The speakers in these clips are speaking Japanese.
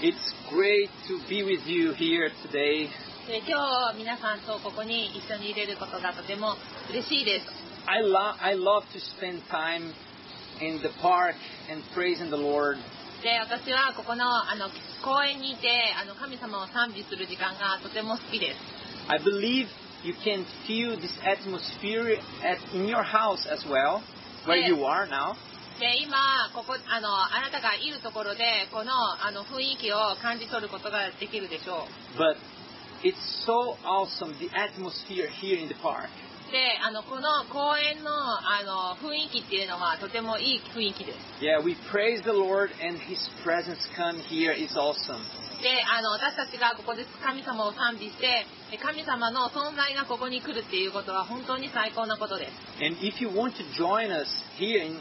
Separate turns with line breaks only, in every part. It's great to be with you here today.
えー今日皆さんとここに一緒にいれることがとても嬉しいです
I, lo- I love to spend time in the park and praising the Lord.
で私はここのあの公園にいてあの神様を賛美する時間がとても好きです
I believe you can feel this atmosphere at, in your house as well, where
Yes.
you are now.
で今ここあのあなたがいるところでこのあの雰囲気を感じ取ることができるでしょう
But it's so awesome the atmosphere here in the park.
であのこの公園のあの雰囲気っていうのはとてもいい雰囲気です
Yeah, we praise the Lord and His presence come here is awesome.
であの私たちがここで神様を賛美してで神様の存在がここに来るっていうことは本当に最高なことです
And if you want to join us here in,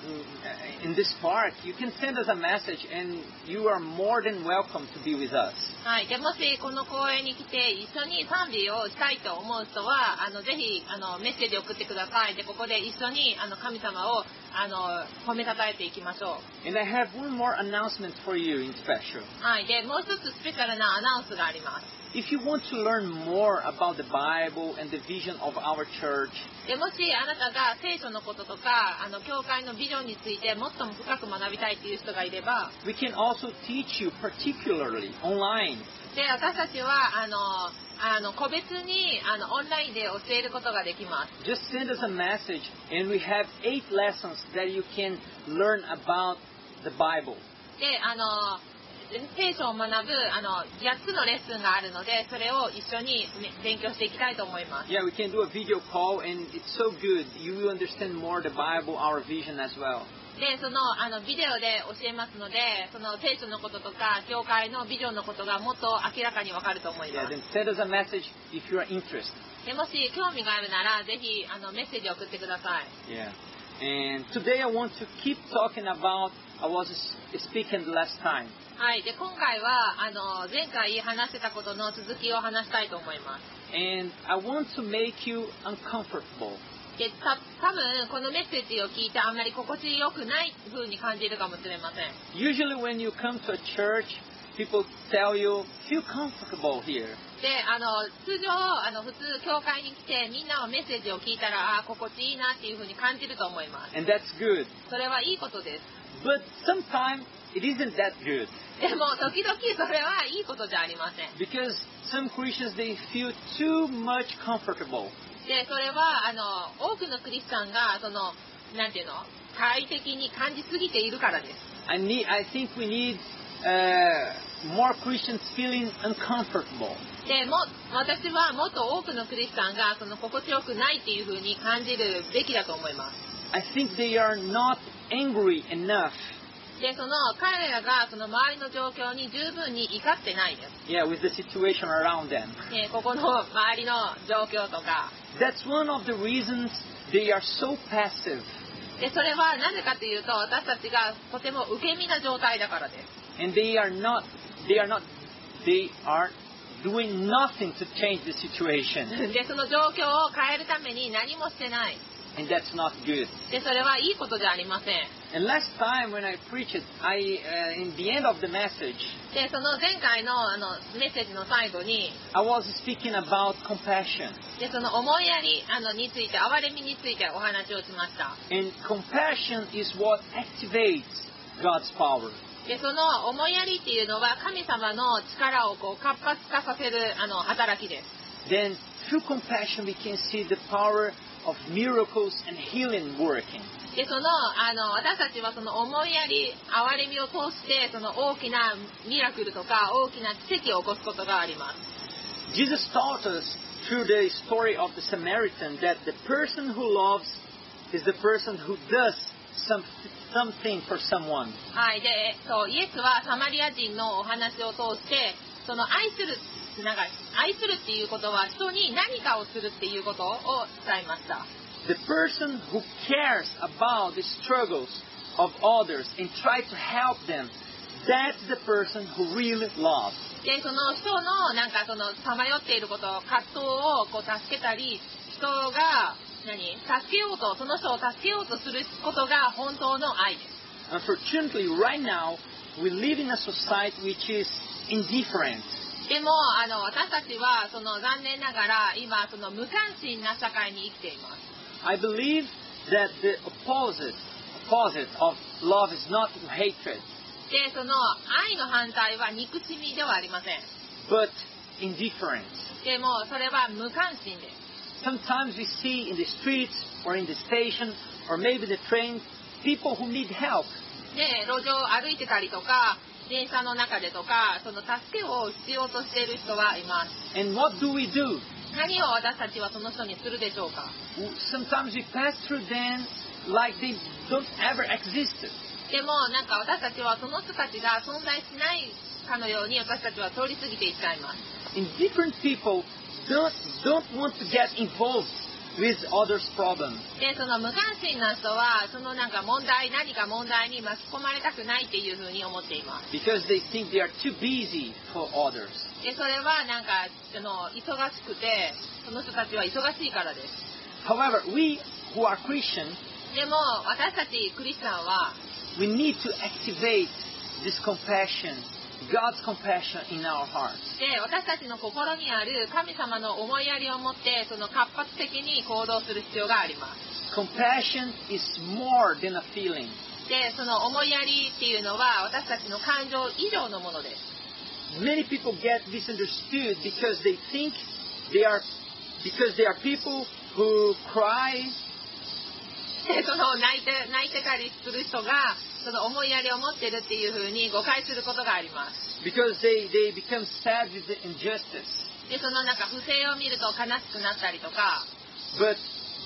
in, in this park, you can send us a message and you are more than welcome to be with us.
はい、でもしこの公園に来て一緒に賛美をしたいと思う人はあのぜひあのメッセージを送ってくださいでここで一緒にあの神様をあの褒めたたえていきましょ
And I have one more announcement for you in special.
う、はい、でもう一つスペシャルなアナウンスがあります
If you want to learn more about the Bible and the vision of our church,
でもしあなたが聖書のこととかあの教会のビジョンについてもっとも深く学びたいっていう人がいれば
we can also teach you particularly online.
で私たちはあのあの個別にあのオンラインで教えることができます
Just send us a message and we have eight lessons that you can learn about the Bible.
であの聖書を学ぶあの8つのレッスンがあるのでそれを一緒にね勉強していきたいと思います
Yeah, we can do a video call, and it's so good. You will understand more the Bible, our vision as well.
でそのあのビデオで教えますのでその聖書のこととか教会のビジョンのことがもっと明らかにわかると思い
Yeah,
ます
then send us a message if you are interested.
でもし興味があるならぜひあのメッセージを送ってください
Yeah. And today I want to keep talking about I was s- speaking last time.
はいで今回はあの前回話してたことの続きを話したいと思います
And I want to make you uncomfortable.
でた多分このメッセージを聞いてあんまり心地よくない風に感じるかもしれません
Usually when you come to a church, people tell you, feel comfortable here.
であの通常あの普通教会に来てみんなのメッセージを聞いたらあー心地いいなっていう風に感じると思います
And that's good.
それはいいことです
But sometimes it isn't that good.
でも時々それはいいことじゃありません
Because some Christians, they feel too much comfortable.
でそれはあの多くのクリスチャンがそのなんていうの快適に感じすぎているからです
I need. I think we need uh, more Christians feeling uncomfortable.
でも私はもっと多くのクリスチャンがその心地よくないっていう風に感じるべきだと思います
I think they are not angry enough.
でその彼らがその周りの状況に十分に怒ってないです
Yeah, with the situation around them.
ね、ここの周りの状況とか
That's one of the reasons they are so passive,
でそれはなぜかというと私たちがとても受け身な状態だからです
and they are not. They are not. They are doing nothing to change the situation,
でその状況を変えるために何もしてない
and that's not good.
でそれはいいことじゃありません
And last time when I preached, I uh, in the end of the message,
でその前回のあのメッセージの最後に
I was speaking about compassion.
でその思いやりあのについて憐れみについてお話をしました
And compassion is what activates God's power.
でその思いやりっていうのは神様の力をこう活発化させるあの働きです
Then, through compassion, we can see the power of miracles and healing working.
でそのあの私たちはその思いやり憐れみを通してその大きなミラクルとか大きな奇跡を起こすことがあります
Jesus taught us through the story of the Samaritan that the person who loves is the person who does some, something for someone.
はいでそうイエスはサマリア人のお話を通してその愛するなんか愛するっていうことは人に何かをするっていうことを伝えました
The person who cares about the struggles of others and tries to help them, that's the person who really loves.
でその人のなんかそのさまよっていること葛藤をこう助けたり人が何助けようとその人を助けようとすることが本当の愛です
Unfortunately, right now, we live in a society which is indifferent.
でもあの私たちはその残念ながら今その無関心な社会に生きています
I believe that the opposite, opposite of love is not hatred,
でその愛の反対は憎しみではありません
but indifference.
でもそれは無関心です
Sometimes we see in the streets or in the station or maybe the train people who need help,
で路上を歩いてたりとか電車の中でとかその助けを必要としている人はいます
and what do we do?
何を私たちはその人にするでしょうか
Sometimes we pass through them like they don't ever existed.
でもなんか私たちはその人たちが存在しないかのように私たちは通り過ぎていっちゃいます
Indifferent people don't don't want to get involved with others' problems.
でその無関心な人はそのなんか問題何か問題に巻き込まれたくないっていうふうに思っています
because they think they are too busy for others.
でそれはなんかあの忙しくてその人たちは忙しいからです
However, we who are Christian,
でも私たちクリスチャンは
we need to activate this compassion, God's compassion in our hearts.
で私たちの心にある神様の思いやりを持ってその活発的に行動する必要があります
Compassion is more than a feeling.
でその思いやりっていうのは私たちの感情以上のものです
Many people get misunderstood because they think they are because they are people who cry
でその泣いて泣いてたりする人がその思いやりを持ってるっていうふうに誤解することがあります
because they, they become sad with the injustice.
でそのなんか不正を見ると悲しくなったりとか
But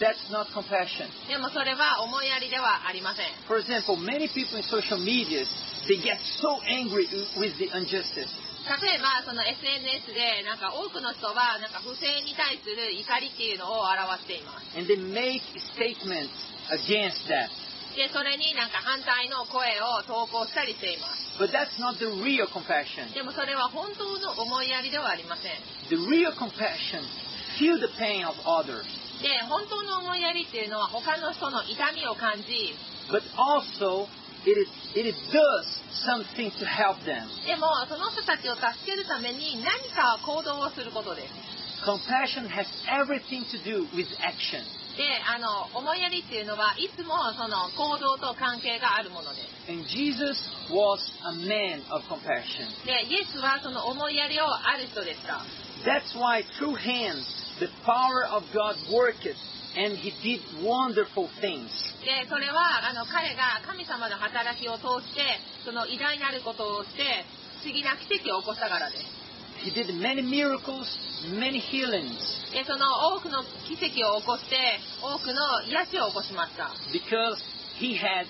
that's not compassion.
でもそれは思いやりではありません
For example, many people in social medias they get so angry with the injustice.
例えばその SNS でなんか多くの人はなんか不正に対する怒りっていうのを表しています
and they make statements against that.
でそれになんか反対の声を投稿したりしています
But that's not the real compassion.
でもそれは本当の思いやりではありません
The real compassion feel the pain of others,
で本当の思いやりっていうのは他の人の痛みを感じ
but also it, is, it does something to help them.
でもその人たちを助けるために何か行動をすることです
Compassion has everything to do with action.
であの思いやりっていうのはいつもその行動と関係があるもので
And Jesus was a man of compassion.
すでイエスはその思いやりをある人でした
That's why through him the power of God worked and he did wonderful things.
でそれはあの彼が神様の働きを通してその偉大なることをして不思議な奇跡を起こしたからです
He did many miracles, many healings.
でその多くの奇跡を起こして多くの癒しを起こしました
because he had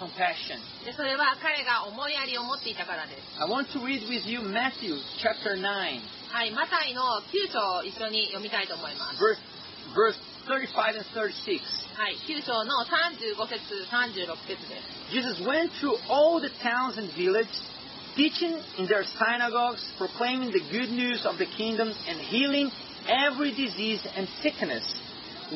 compassion.
でそれは彼が思いやりを持っていたからです
I want to read with you Matthew chapter 9,
はいマタイの9章を一緒に読みたいと思います
verse, verse 35 and 36.
はい9章の35節36節です
Jesus went through all the towns and villages, teaching in their synagogues, proclaiming the good news of the kingdom, and healing every disease and sickness.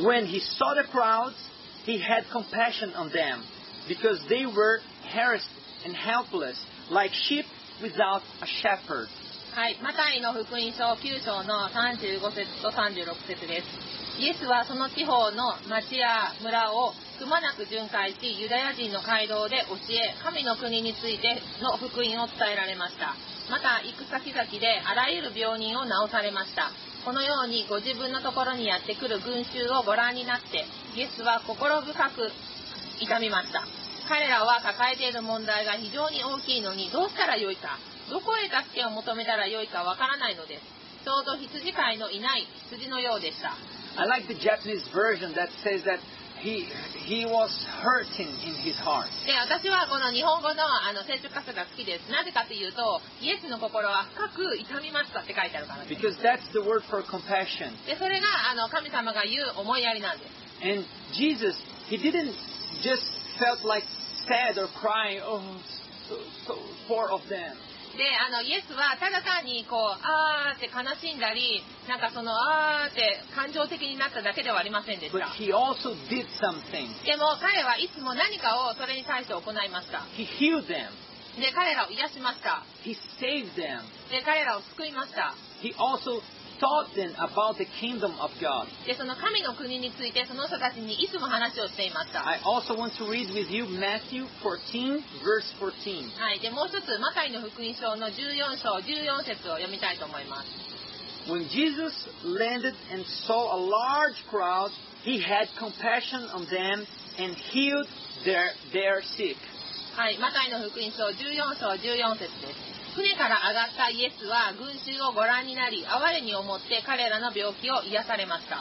When he saw the crowds, he had compassion on them, because they were harassed and helpless, like sheep without a shepherd.
はい、マタイの福音書9章の35節と36節です。イエスはその地方の町や村をくまなく巡回し、ユダヤ人の街道で教え、神の国についての福音を伝えられました。また、行く先々であらゆる病人を治されました。このようにご自分のところにやってくる群衆をご覧になって、イエスは心深く痛みました彼らは抱えている問題が非常に大きいのにどうしたらよいかどこへ助けを求めたらよいかわからないのですちょうど羊飼いのいない羊のようでした
I like the Japanese version that says that he he was hurting in his heart.
で私はこの日本語のあの聖書箇所が好きですなぜかというとイエスの心は深く痛みましたって書いてあるからです
Because that's the word for compassion.
でそれがあの神様が言う思いやりなんです
And Jesus, he didn't just felt like sad or crying, oh, so, so poor of them.
であのイエスはただ単にこうあーって悲しんだりなんかそのあーって感情的になっただけではありませんでし
But
た
he also did something.
でも彼はいつも何かをそれに対して行いました。
He healed them.
で、彼らを癒しました。
He saved them.
で、彼らを救いました。
He also taught them about the kingdom of God.
で、その神の国についてその人たちにいつも話をしていました。は
I also want to read with you Matthew 14, verse 14.
い。で、もう一つ、マタイの福音書の14章14節を読みたいと思います。
When Jesus landed and saw a large crowd, he had compassion on them and healed their, their sick.
はい、マタイの福音書14章14節です。船から上がったイエスは群衆をご覧になり、哀れに思って彼らの病気を癒されました。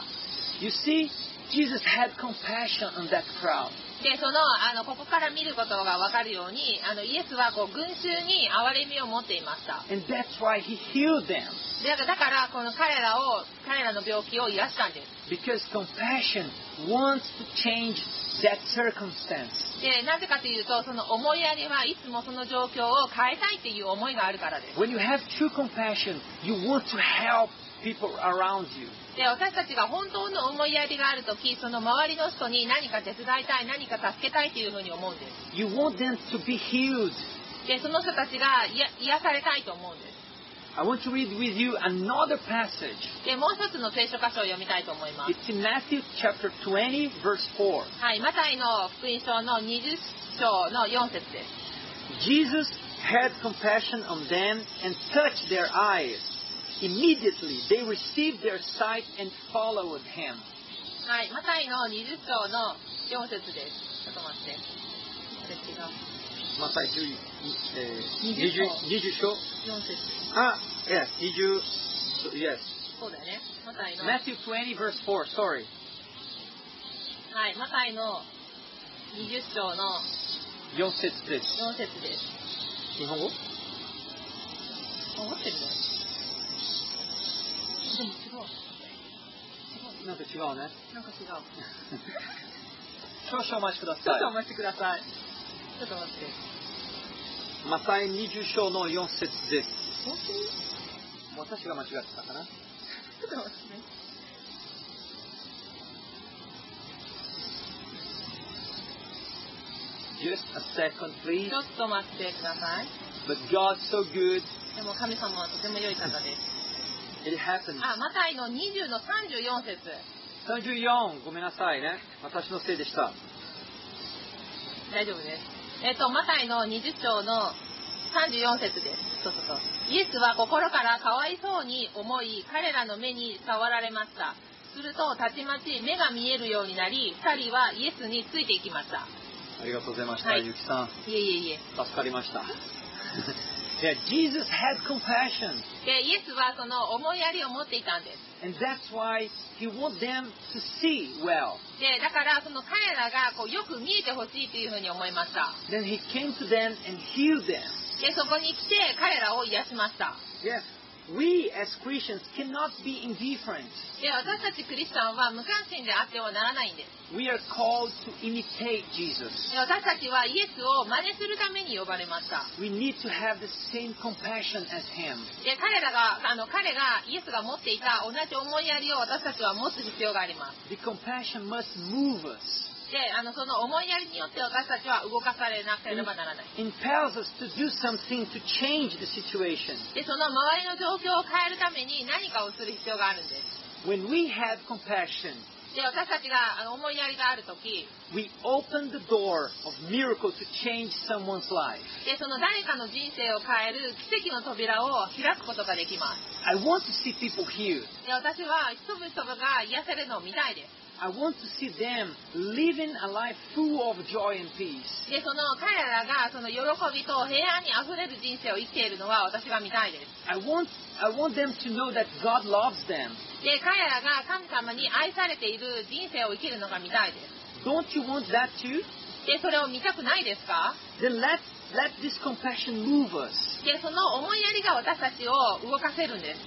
You see, Jesus had compassion on that crowd.
で、その、あの、ここから見ることがわかるように、あの、イエスはこう群衆に哀れみを持っていました。
And that's why he healed them.
でだから、この彼らを、彼らの病気を癒したんです。
Because compassion wants to change that circumstance.
で、なぜかというと、その思いやりはいつもその状況を変えたいっていう思いがあるからです。
When you have true compassion, you want to help people around you.
で私たちが本当の思いやりがある時その周りの人に何か手伝いたい何か助けたいというふうに思うんで
You want them to be healed.
すでその人たちがいや癒されたいと思うんで
I want to read with you another passage.
すでもう一つの聖書箇所を読みたいと思います
It's in Matthew chapter 20, verse 4.
はいマタイの福音書の20章の4節です
Jesus had compassion on them and touched their eyes. Immediately they received their sight and followed him.
はいマタイの20章の4節ですちょっと待ってこれ違う
また10えー
20章
20章
4節
あ、yes, Ah, 20 yes.
そうだよねマタイの
Matthew 20, verse 4, sorry.
はいマタイの20章の
4節です。
4節です
日本語
思ってるねでも違う
なんか違うね。
なんか違う。ち
少々お待ちくだ
ょっ
さ
とお待ちください。ちょっと待って。
い。マタイ20章の4節です。
本当に
私が間違ってたかな
ちょっと待ってね。
Just a second, please.
ちょっと待ってください。
But God's so good,
でも神様はとても良い方です。
it happens.
あ、マタイの20の34節。
34ごめんなさいね私のせいでした
大丈夫です。えっと、マタイの20章の34節です。そうそうそう。イエスは心からかわいそうに思い、彼らの目に触られました。すると、たちまち目が見えるようになり、二人はイエスについていきました。
ありがとうございました、
はい
ゆきさん
いえいえいえ。
助かりました yeah, Jesus had compassion
でイエスはその思いやりを持っていたんです
and that's why he wants them to see well
でだからその彼らがこうよく見えてほしいというふうに思いました
then he came to them and healed them
でそこに来て彼らを癒しました
yes we as Christians cannot be indifferent
で私たちクリスチャンは無関心であってはならないんです
we are called to imitate Jesus
で私たちはイエスを真似するために呼ばれました
we need to have the same compassion as him
で彼らがあの彼がイエスが持っていた同じ思いやりを私たちは持つ必要があります
the compassion must move us
であのその思いやりによって私たちは動かされなければならない
impels us to do something to change the situation.
でその周りの状況を変えるために何かをする必要があるんです
When we have compassion,
で私たちがあの思いやりがある時
we open the door of miracle to change someone's life.
でその誰かの人生を変える奇跡の扉を開くことができます
I want to see people healed.
で私は人々が癒されるのを見たいで
I want to see them living a life full of joy and peace.
すでその彼らがその喜びと平安にあふれる人生を生きているのは私が見たいです
I want, I want them to know that God loves them.
で彼らが神様に愛されている人生を生きるのが見たいで
Don't you want that too?
すでそれを見たくないですか
Then let, let this compassion move us.
でその思いやりが私たちを動かせるんです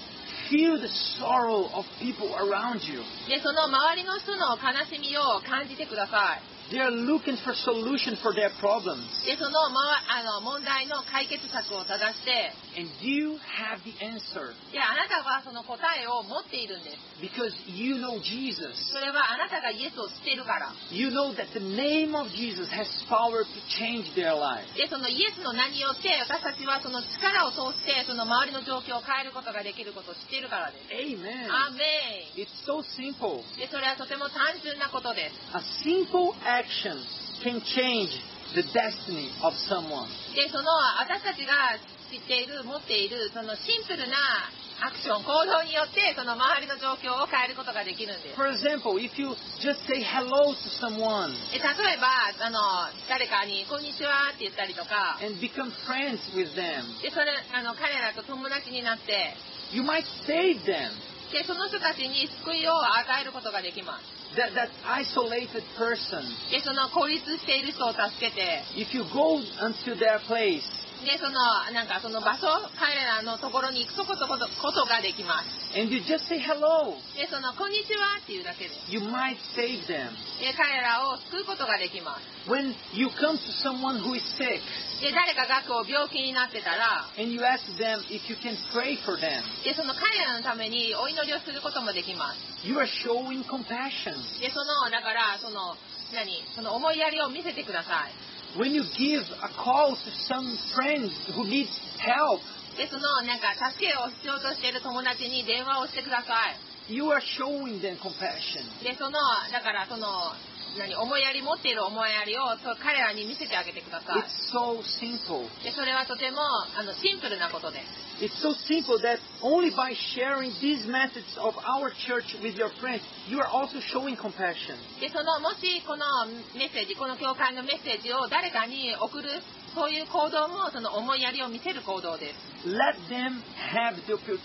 Feel the sorrow of people around you.
でその周りの人の悲しみを感じてください
They are looking for solution for their problems.
でその,、まわ、あの問題の解決策を探して、
And you have the answer
いやあなたはその答えを持っているんです。
because you know
そ
Jesus.
れはあなたがイエスを知っているから。
You know that the name of Jesus has power to change their life.
で、そのイエスの名によって私たちはその力を通してその周りの状況を変えることができることを知っているからです。
Amen.
アーメ
Um, It's so simple.
ンで、それはとても単純なことです。
A simple action can change the destiny of someone.
でその私たちが知っている持っているそのシンプルなアクション行動によってその周りの状況を変えることができるんです
For example, if you just say hello to someone
え例えばあの誰かに「こんにちは」って言ったりとか
and become friends with them,
でそれあの彼らと友達になって
you might save them.
でその人たちに救いを与えることができます
That, that isolated person,
でその孤立している人を助けて
if you go unto their place
でそのなんかその場所彼らのところに行くことことことができます
and you just say hello,
でその「こんにちは」っていうだけで
you might save them.
で彼らを救うことができます
When you come to someone who is sick
で誰かがこう病気になってたら
and you ask them if you can pray for them,
でその彼らのためにお祈りをすることもできま
you are showing compassion.
すでそのだからその何その思いやりを見せてくださ
When you give a call to some friend who needs help,
いでそのなんか助けを必要としている友達に電話をしてくださ
you are showing them compassion.
いでそのだからその何思いやり持っている思いやりをそう彼らに見せてあげてくださ
It's so simple.
いでそれはとてもあのシンプルなことです
It's so simple that only by sharing these methods of our church with your friends, you are also showing compassion.
でそのもしこのメッセージこの教会のメッセージを誰かに送るそういう行動もその思いやりを見せる行動です
Let them have the oppor-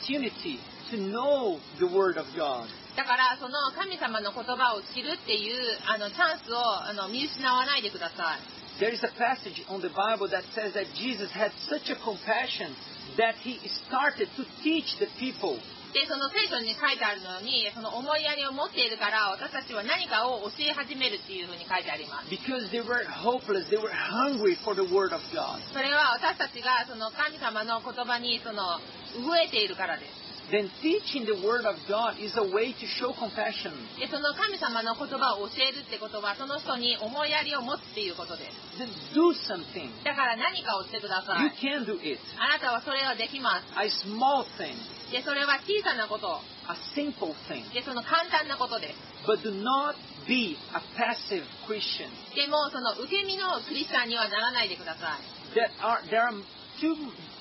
opportunity to know the Word of God.
だからその神様の言葉を知るっていうあのチャンスをあの見失わないでください
There is a passage on the Bible that says that Jesus had such a compassion that he started to teach the people.
でその聖書に書いてあるのにその思いやりを持っているから私たちは何かを教え始めるっていうふうに書いてあります
Because they were hopeless, they were hungry for the Word of God.
それは私たちがその神様の言葉にその飢えているからです
Then teaching the Word of God is a way to show compassion.
でその神様の言葉を教えるってことはその人に思いやりを持つっていうことです
Then do something.
だから何かをしてくださ
You
い
can do it.
あなたはそれはできま
A small thing,
すでそれは小さなこと
a simple thing.
でその簡単なことです
But do not be a passive Christian.
でもその受け身のクリスチャンにはならないでください。
There are, there are, too,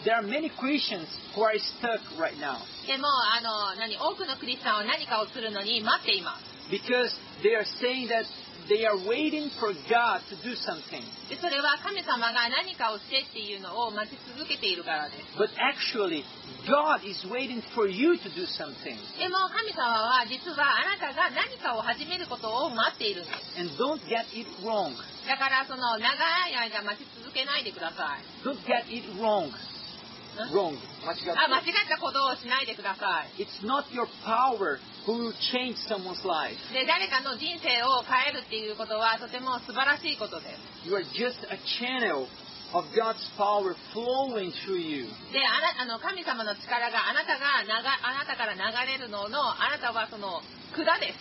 there are many Christians who are stuck right now
でもあの何多くのクリスチャンは何かをするのに待っています。
because they are saying that they are waiting for God to do something.
でそれは神様が何かをしてっていうのを待ち続けているからです。
But actually, God is waiting for you to do something.
でも神様は実はあなたが何かを始めることを待っているんです。
And don't get it wrong.
だからその長い間待ち続けないでください。
Don't get it wrong.
ん
Wrong. What you
あ
got?
間違ったことをしないでください。
It's not your power who will change someone's life.
で誰かの人生を変えるっていうことはとても素晴らしいことです。
You are just a channel of God's power flowing through you.
であなあの神様の力があなたがながあなたから流れるののあなたはその管で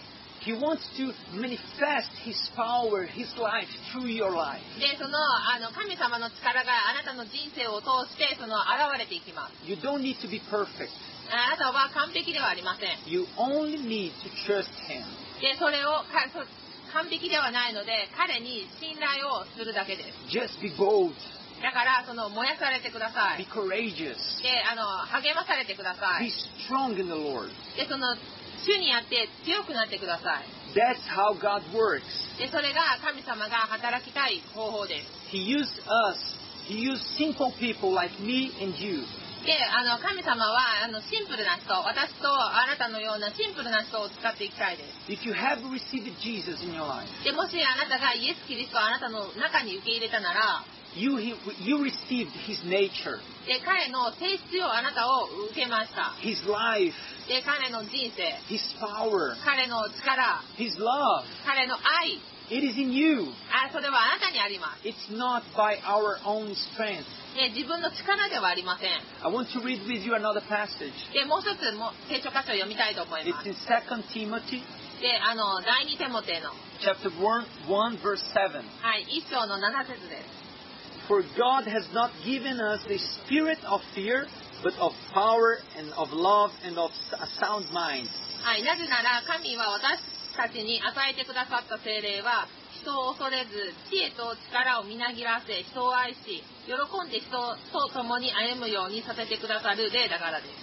He wants to manifest His power, His life through your life.
すでそのあの神様の力があなたの人生を通してその現れていきます
You don't need to be perfect.
あなたは完璧ではありません
You only need to trust Him.
でそれをかそ完璧ではないので彼に信頼をするだけです
Just be bold,
だからその燃やされてください
be
で
courageous,
あの励まされてくださ
be
い
strong in the Lord.
でその主にやって強くなってください
That's how God works.
でそれが神様が働きたい方法です
He used us, He used simple people like me and you.
であの神様はあのシンプルな人私とあなたのようなシンプルな人を使っていきたいで
If you have received Jesus in your life,
すでもしあなたがイエス・キリストをあなたの中に受け入れたなら
you, you received His nature,
で彼の性質をあなたを受けました
His life,
で彼の人生
His power,
彼の力
His love,
彼の愛
It is in you.
あそれはあなたにあります
It's not by our own strength.
で自分の力ではありません
I want to read with you another passage.
でもう一つも聖書箇所を読みたいと思いま
It's
す
in 2 Timothy
であの第二手モテの、は
chapter 1, 1 verse 7.
い、一章の七節です
For God has not given us the spirit of fear, but of power and of love and of s- a sound mind.
はい、なぜなら神は私たちに与えてくださった精霊は人を恐れず知恵と力をみなぎらせ人を愛し喜んで人と共に歩むようにさせてくださる霊だからです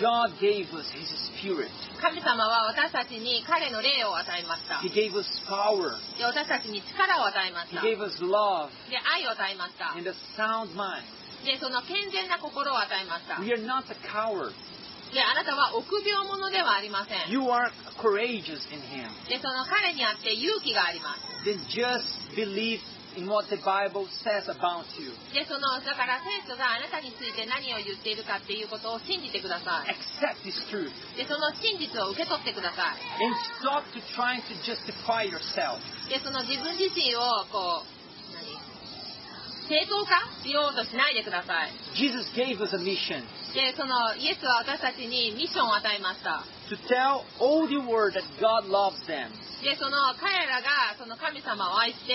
God gave us His spirit.
神様は私たちに彼の霊を与えました
He gave us power.
で私たちに力を与えまし
He
たで
gave us love
愛を与えました
and a sound mind.
でその健全な心を与えました
We are not a coward.
であなたは臆病者ではありません
You are courageous in Him.
でその彼にあって勇気があります
Then just believe in what the Bible says about you.
でそのだから聖書があなたについて何を言っているかっていうことを信じてください
Accept this truth
でその真実を受け取ってください
and stop to trying to justify yourself.
でその自分自身をこう何正当化しようとしないでください
Jesus gave us a mission
でそのイエスは私たちにミッションを与えました
to tell all the world that God loves them
でその彼らがその神様を愛して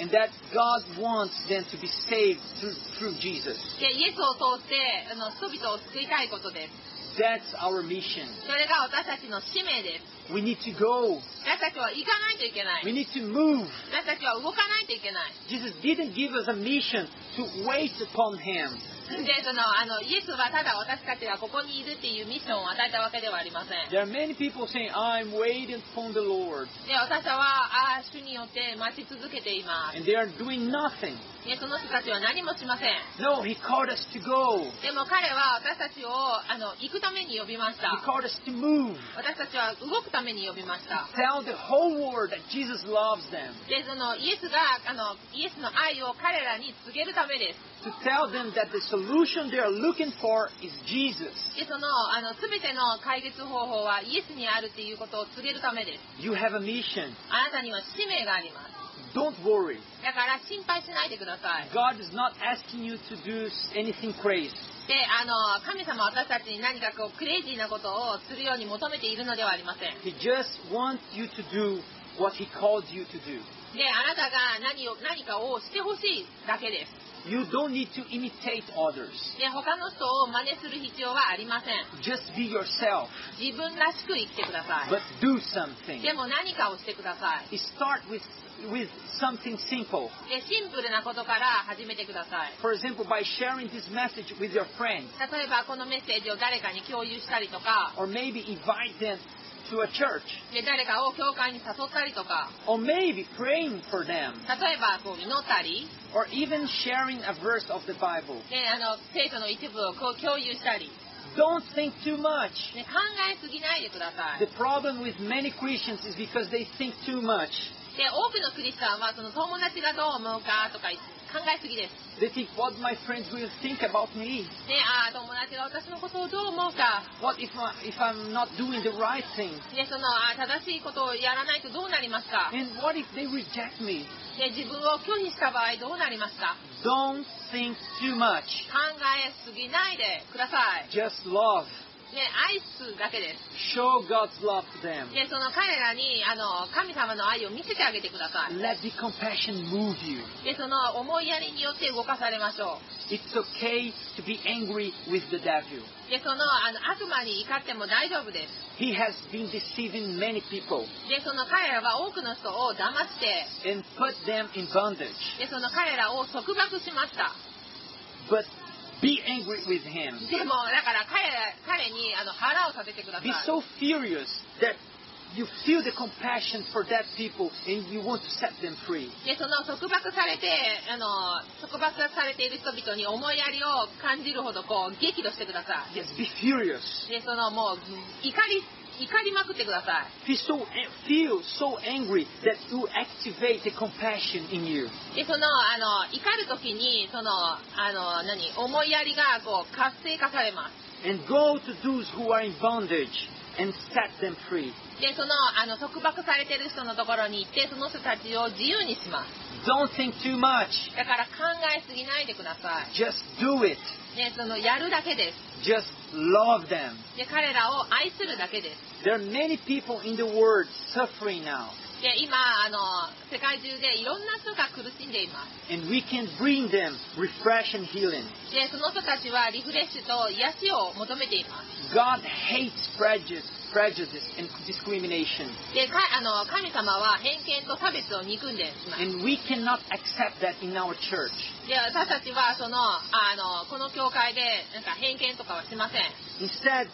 and that God wants them to be saved through, through Jesus.
でイエスを通してあの人々を救いたいことです
That's our mission.
それが私たちの使命です
We need to go.
私たちは行かないといけない
We need to move.
私たちは動かないといけない
Jesus didn't give us a mission to wait upon Him.
でそのあのイエスはただ私たちがここにいるっていうミッションを与えたわけではありません
There are many people saying, I'm waiting upon the Lord.
で私はああ主によって待ち続けています
And they are doing nothing.
でその人たちは何もしません
No, He called us to go.
でも彼は私たちをあの行くために呼びまし
He
た
called us to move.
私たちは動くために呼びました
Tell the whole world that Jesus loves them.
でそのイエスがあのイエスの愛を彼らに告げるためです
To tell them that the solution they are looking for is Jesus.
でそのあの全ての解決方法はイエスにあるっていうことを告げるためです
You have a mission.
あなたには使命があります
Don't worry.
だから心配しないでください
God is not asking you to do anything crazy.
であの神様は私たちに何かこうクレイジーなことをするように求めているのではありません
He just wants you to do what He called you to do.
であなたが何を何かをしてほしいだけです
You don't need to imitate others.
で他の人を真似する必要はありません
Just be yourself,
自分らしく生きてくださ
but
い
do something.
でも何かをしてください
Start with, with something simple.
でシンプルなことから始めてください
For example, by sharing this message with your friends,
例えばこのメッセージを誰かに共有したりとか
or maybe invite them to a church,
で誰かを教会に誘ったりとか
or maybe praying for them,
例えばこう祈ったり
or even sharing a verse of the Bible.
であの生徒の一部をこう共有したり
Don't think too much.
ね、考えすぎないでください
The。problem with many Christians is because they think too much.
で、多くのクリスチャンはその友達がどう思うかとか考えすぎです。
They think what my friends will think about me.
ね、ああ、友達が私のことをどう思うか。
What if, I, if I'm not doing the right thing?
ね、その、ああ、正しいことをやらないとどうなりますか。
And what if they reject me?
ね、自分を拒否した場合どうなりますか。
Don't think too much.
考えすぎないでください。
Just love.
ね、愛するだけです。
Show God's love to them.
ね、その彼らに、あの、神様の愛を見せてあげてください。
Let the compassion move you.
で、その思いやりによって動かされましょ
It's okay to be angry with the devil.
う。で、その、あの、悪魔に怒っても大丈夫です。
He has been deceiving many people
でその彼らは多くの人を騙して
and put them in bondage.
でその彼らを束縛しました
But be angry with him.
でもだから彼ら彼にあの腹を立ててください
be so furious that you feel the compassion for that people and you want to set them free.
でその束縛されてあの束縛されている人々に思いやりを感じるほどこう激怒してくださ
Yes, be furious.
いでそのもう怒り怒りまくってください
Be so feel so angry that you activate the compassion in you.
でそのあの怒る時にそのあの何思いやりがこう活性化されます
and go to those who are in bondage and set them free.
でそのあの束縛されてる人のところに行ってその人たちを自由にします
Don't think too much.
だから考えすぎないでください
Just do it.
ね、そのやるだけです
Just love them.
で彼らを愛するだけです
There are many people in the world suffering now,
で今あの世界中でいろんな人が苦しんでいます
and we can bring them refresh and healing.
でその人たちはリフレッシュと癒しを求めています
God hates prejudice, prejudice and discrimination,
でかあの神様は偏見と差別を憎んでします
and we cannot accept that in our church.
で私たちはそのあのこの教会でなんか偏見とかはしません
Instead,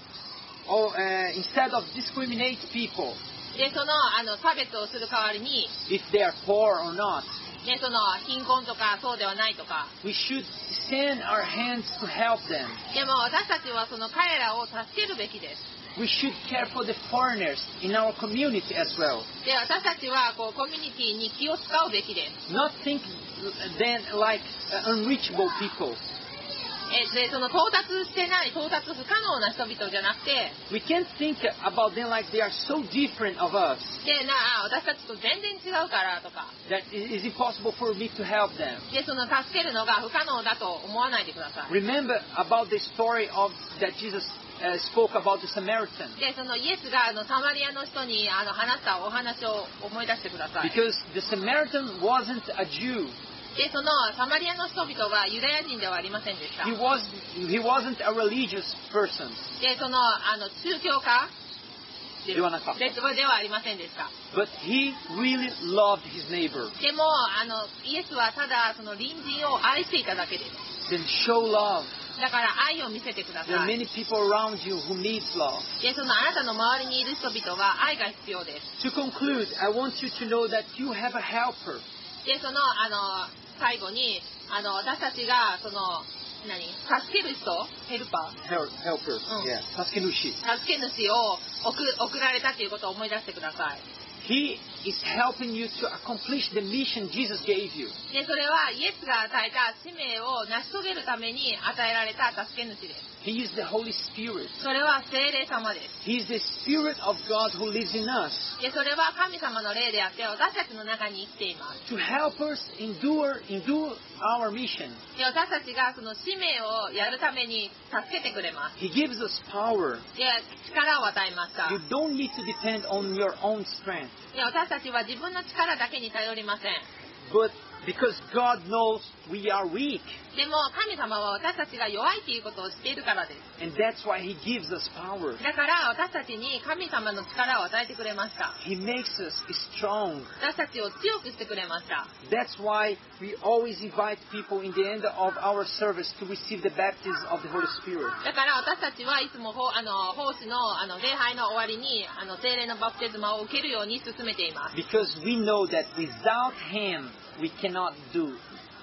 oh, uh, instead of discriminate people
でそのあの差別をする代わりに、
if they are poor or not,
ね、その貧困とかそうではないとか
we should send our hands to help them.
でも私たちはその彼らを助けるべきです
We should care for the foreigners in our community as well.
で私たちはこうコミュニティに気を使うべきです
Not think then like uh, unreachable people.
えでその到達してない到達不可能な人々じゃなくて
We can't think about them like they are so different of us
でなあ私たちと全然違うからとか
that it is impossible for me to help them.
でその助けるのが不可能だと思わないでください
Remember about the story of that Jesus uh, spoke about the Samaritan
でそのイエスがあのサマリアの人にあの話したお話を思い出してください
because the Samaritan wasn't a Jew.
でそのサマリアの人々はユダヤ人ではありませんでした
He was he wasn't a religious person.
でそのあの宗教家で
ではなかった
でではありませんでした
But he really loved his neighbor
でもあのイエスはただその隣人を愛していただけです
and show love.
だから愛を見せてくだ
There are
さい
many people around you who need love.
でそのあなたの周りにいる人々は愛が必要です
To conclude, I want you to know that you have a helper.
でそのあの最後にあの私たちがその何助ける人ヘルパー
Hel- helper.
Oh.
Yeah. Maskenushi.
助け主を送送られたということを思い出してください
He is helping you to accomplish the mission Jesus gave you.
でそれはイエスが与えた使命を成し遂げるために与えられた助け主です
He is the Holy Spirit.
それは精霊様です
He is the Spirit of God who lives in us
でそれは神様の霊であって私たちの中に生きています
to help us endure, endure our mission.
で私たちがその使命をやるために助けてくれます
He gives us power.
で力を与えました
You don't need to depend on your own strength,
で私たちは自分の力だけに頼りません
but because God knows we are weak,
でも神様は私たちが弱いということを知っているからです
and that's why He gives us power.
だから私たちに神様の力を与えてくれました
He makes us strong.
私たちを強くしてくれました
That's why we always invite people in the end of our service to receive the baptism of the Holy Spirit.
だから私たちはいつもほあの奉仕のあの礼拝の終わりにあの精霊のバプテスマを受けるように進めています
Because we know that without Him, we cannot do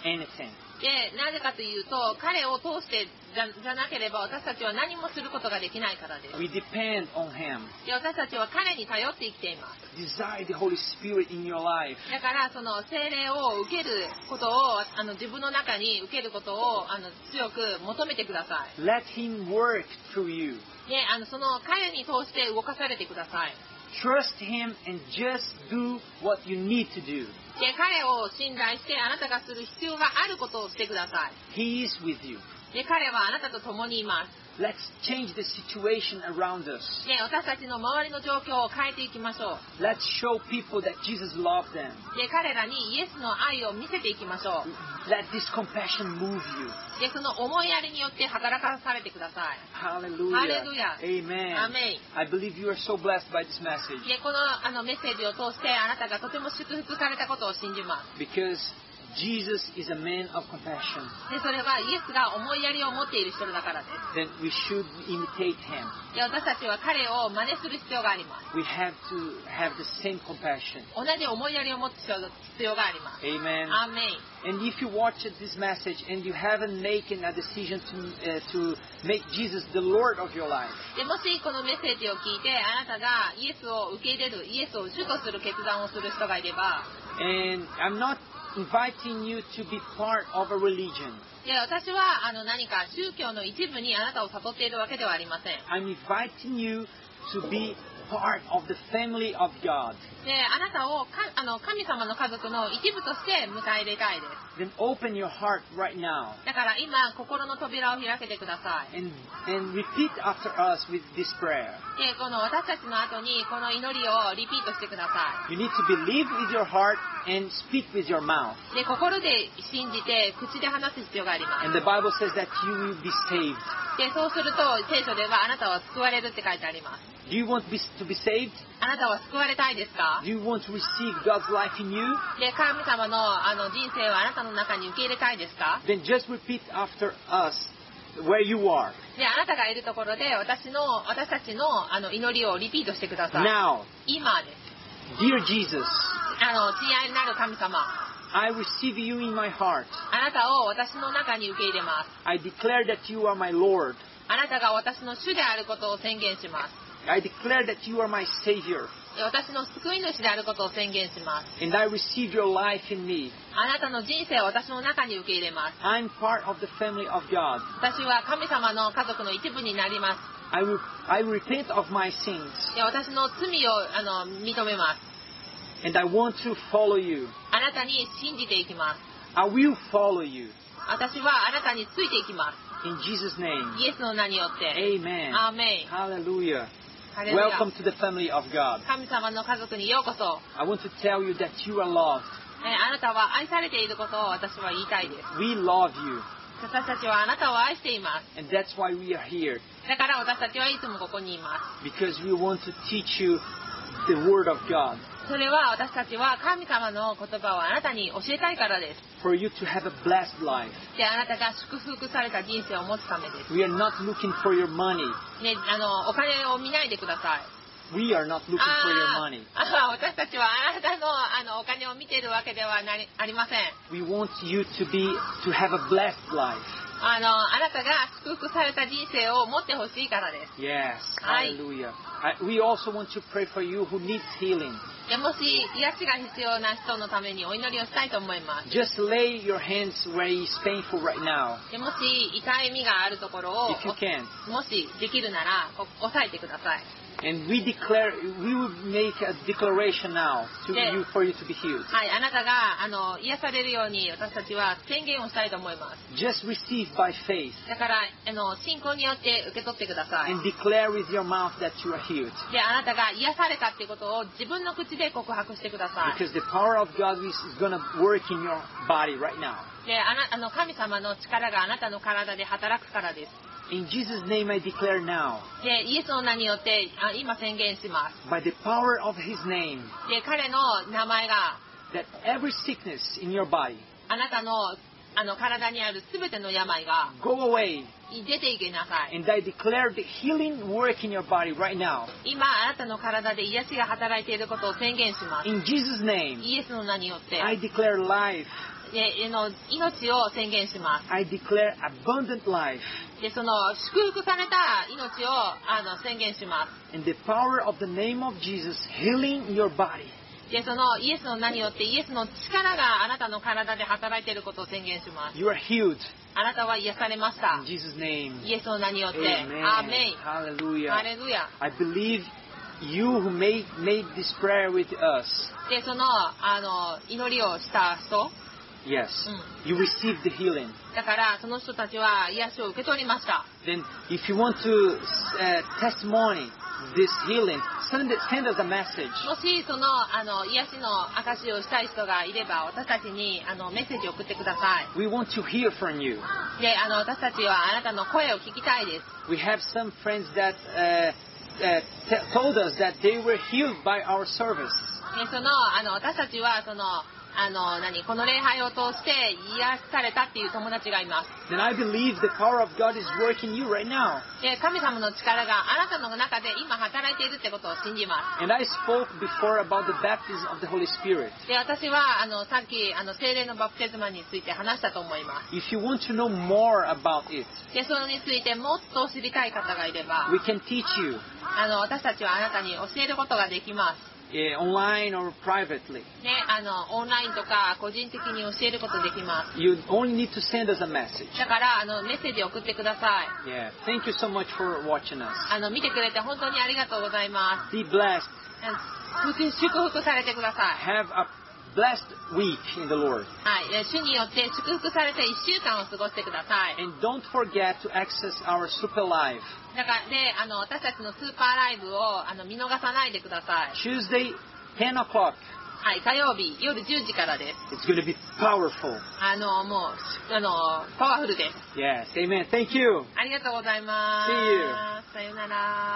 anything.
でなぜかというと彼を通してじゃじゃなければ私たちは何もすることができないからです
We depend on Him.
で私たちは彼に頼って生きています
Desire the Holy Spirit in your life.
だからその精霊を受けることをあの自分の中に受けることをあの強く求めてください
Let Him work through you.
であのその彼に通して動かされてください
Trust Him and just do what you need to do.
で彼を信頼してあなたがする必要があることをしてください
He is with you.
で彼はあなたと共にいます
Let's change the situation around us.
で私たちの周りの状況を変えていきましょ
Let's show people that Jesus loved them.
うで彼らにイエスの愛を見せていきましょう
Let this compassion move you.
でその思いやりによって働かされてください
Hallelujah.
Hallelujah.
Amen.
Amen.
I believe you are so blessed by this message
でこのあのメッセージを通してあなたがとても祝福されたことを信じます
because Jesus is a man of compassion.
でそれはイエスが思いやりを持っている人だからで
Then we should imitate him.
すで私たちは彼を真似する必要があります
We have to have the same compassion.
同じ思いやりを持つ必要があります
Amen.
アーメン
And if you watch this message and you haven't taken a decision to, uh, to make Jesus the Lord of your life,
でもしこのメッセージを聞いてあなたがイエスを受け入れるイエスを主とする決断をする人がいれば
and I'm not inviting you to be part of a religion.
いや私はあの何か宗教の一部にあなたを誘っているわけではありません
I'm inviting you to be part of the family of God.
であなたをかあの神様の家族の一部として迎え入れたいで
Then open your heart right now
すだから今心の扉を開けてください
and, and repeat after us with this prayer.
でこの私たちの後にこの祈りをリピートしてくださ
You need to believe with your heart and speak with your mouth.
いで心で信じて口で話す必要があります
And the Bible says that you will be saved.
でそうすると聖書ではあなたは救われるって書いてあります
Do you want be- to be saved?
あなたは救われたいですか
Do you want to receive God's life in you?
で神様のあの人生をあなたの中に受け入れたいですか
Then just repeat after us where you are.
であなたがいるところで私の私たちのあの祈りをリピートしてください
Now,
今です
dear Jesus,
あの親愛なる神様
I receive you in my heart.
あなたを私の中に受け入れます
I declare that you are my Lord.
あなたが私の主であることを宣言します
I declare that you are my Savior.
で私の救い主であることを宣言します
And I receive your life in me.
あなたの人生を私の中に受け入れます
I'm part of the family of God.
私は神様の家族の一部になりま
I, will, I repent of my sins.
すで私の罪をあの認めます
And I want to follow you.
あなたに信じていきます
I will follow you.
私はあなたについていきま
In Jesus' name.
すイエスの名によって、
Amen.
アーメン
Hallelujah.
ハレルヤ
Welcome to the family of God.
神様の家族にようこそ、
I want to tell you that you are loved.
えあなたは愛されていることを私は言いたいです
We love you.
私たちはあなたを愛していま
And that's why we are here.
すだから私たちはいつもここにいま
Because we want to teach you the Word of God.
すそれは私たちは神様の言葉をあなたに教えたいからです
For you to have a blessed life.
であなたが祝福された人生を持つためです、
We are not looking for your money.
ね、あのお金を見ないでください
We are not looking for your
あ
money.
あ私たちはあなたのあのお金を見ているわけではなりありません
We want you to be to have a blessed life.
あのあなたが祝福された人生を持ってほしいからです
Yes.
Aye.
Hallelujah. I, we also want to pray for you who needs healing.
でもし癒しが必要な人のためにお祈りをしたいと思います
Just lay your hands where it's painful right now.
でもし痛いみがあるところを
If you can.
もしできるならこ押さえてください
And we declare, we will make a declaration now to
Yeah.
you for you to be healed.
はいあなたがあの癒されるように私たちは宣言をしたいと思います
Just receive by faith
だからあの信仰によって受け取ってください
and declare with your mouth that you are healed.
であなたが癒されたっていうことを自分の口で告白してください
Because the power of God is going to work in your body right now.
であなあの神様の力があなたの体で働くからです
In Jesus' name I declare now,
でイエスの名によってあ今宣言しま
by the power of His name,
すで彼の名前が
that every sickness in your body
あなたのあの体にある全ての病が
go away.
出ていけなさい
And I declare the healing work in your body right now.
今あなたの体で癒しが働いていることを宣言します
In Jesus' name,
イエスの名によって
I declare life.
であの命を宣言しま
I declare abundant life.
すでその祝福された命をあの宣言しま
And the power of the name of Jesus healing your body.
すでそのイエスの名によってイエスの力があなたの体で働いていることを宣言します
You are healed.
あなたは癒されました。
In Jesus' name.
イエスの名によって。
Amen.
アーメイ。ハ
Hallelujah.
レルヤ。
I believe you who made, made this prayer with us,
で、その、あの、祈りをした人、
yes,
Mm.
you received the healing.
だから、その人たちは癒しを受け取りました。
Then, if you want to uh, testimony this healing, send, it, send us a message.
もし、その、あの、癒しの証をしたい人がいれば、私たちに、あの、メッセージを送ってくださ
We want to hear from you.
い。で、あの、私たちはあなたの声を聞きたいです。
We have some friends that uh, uh, t- told us that they were healed by our service.
で、その、あの、私たちは、その、あの、何、この礼拝を通して癒されたっていう友達がいます。
Then I believe the power of God is working you right now.
で、神様の力があなたの中で今働いているってことを信じます。
And I spoke before about the baptism of the Holy Spirit.
で私はあのさっきあの精霊のバプテスマについて話したと思いま
If you want to know more about it,
すでそれについてもっと知りたい方がいれば
we can teach you.
あの私たちはあなたに教えることができます
eh, online or privately.
ね、あの、オンラインとか個人的に教えることできま
You only need to send us a message.
す。だから、あの、メッセージ送ってください。
Yeah. Thank you so much for watching us.
あの、見てくれて本当にありがとうございま
Be blessed.
す。祝祝福されてください。
Have a blessed week in the Lord.
はい、え主によって祝福されて1週間を過ごしてください。
And don't forget to access our Super Live
だから、で、あの、私たちのスーパーライブを、あの、見逃さないでください。
Tuesday, 10 o'clock.
はい、火曜日夜10時からです。
It's going to be powerful.
あの、もう、あの、パワフルです。
Yes. Amen. Thank you.
ありがとうございます。
See you.
さようなら。